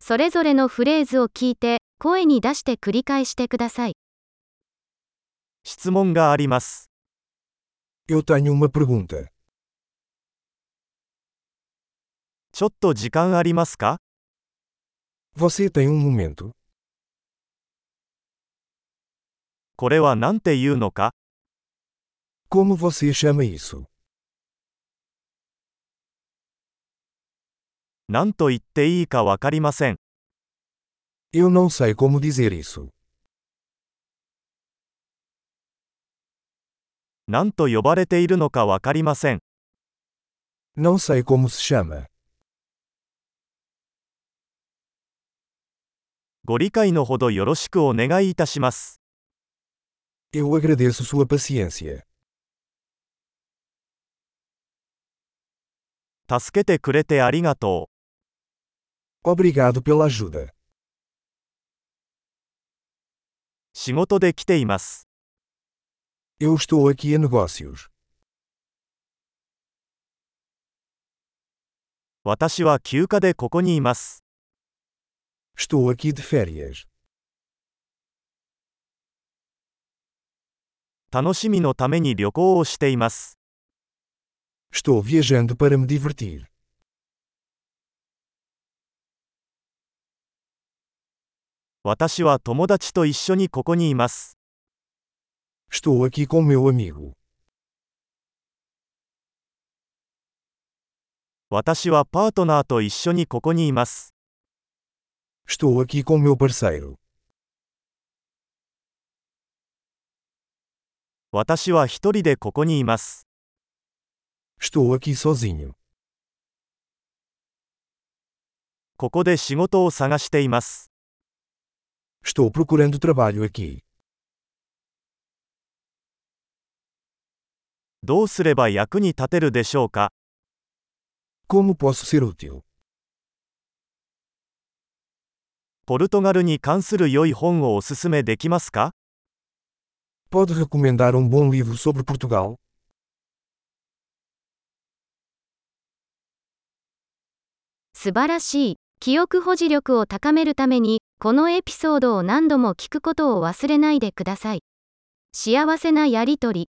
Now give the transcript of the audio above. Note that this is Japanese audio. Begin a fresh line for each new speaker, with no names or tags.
それぞれのフレーズを聞いて、声に出して繰り返してください。
質問があります。
Eu tenho uma pergunta.
ちょっと時間ありますか
Você tem um momento?
これは何て言うのか
Como você chama isso?
何と言っていいかわかりません。
Eu não sei como dizer isso.
何と呼ばれているのかわかりません。
Não sei como se chama.
ご理解のほどよろしくお願いいたします。
Eu agradeço sua paciência.
助けてくれてありがとう。
Obrigado pela ajuda.
仕事で来ています。
Eu estou aqui a negócios.
私は休暇でここにいます。
Estou aqui de férias.
楽しみのために旅行をしています。
Estou viajando para me divertir.
私は友達と一緒にここにいます。
Estou aqui com meu amigo.
私はパートナーと一緒にここにいます。
Estou aqui com meu parceiro.
私は一人でここにいます。
Estou aqui sozinho.
ここで仕事を探しています。
Estou procurando trabalho aqui.
どうすれば役に立てるでしょうか
Como posso ser útil?
ポルトガルに関する良い本をおすすめできますか
Pode recomendar um bom livro sobre Portugal?
素晴らしい。記憶保持力を高めるために、このエピソードを何度も聞くことを忘れないでください。幸せなやりとり。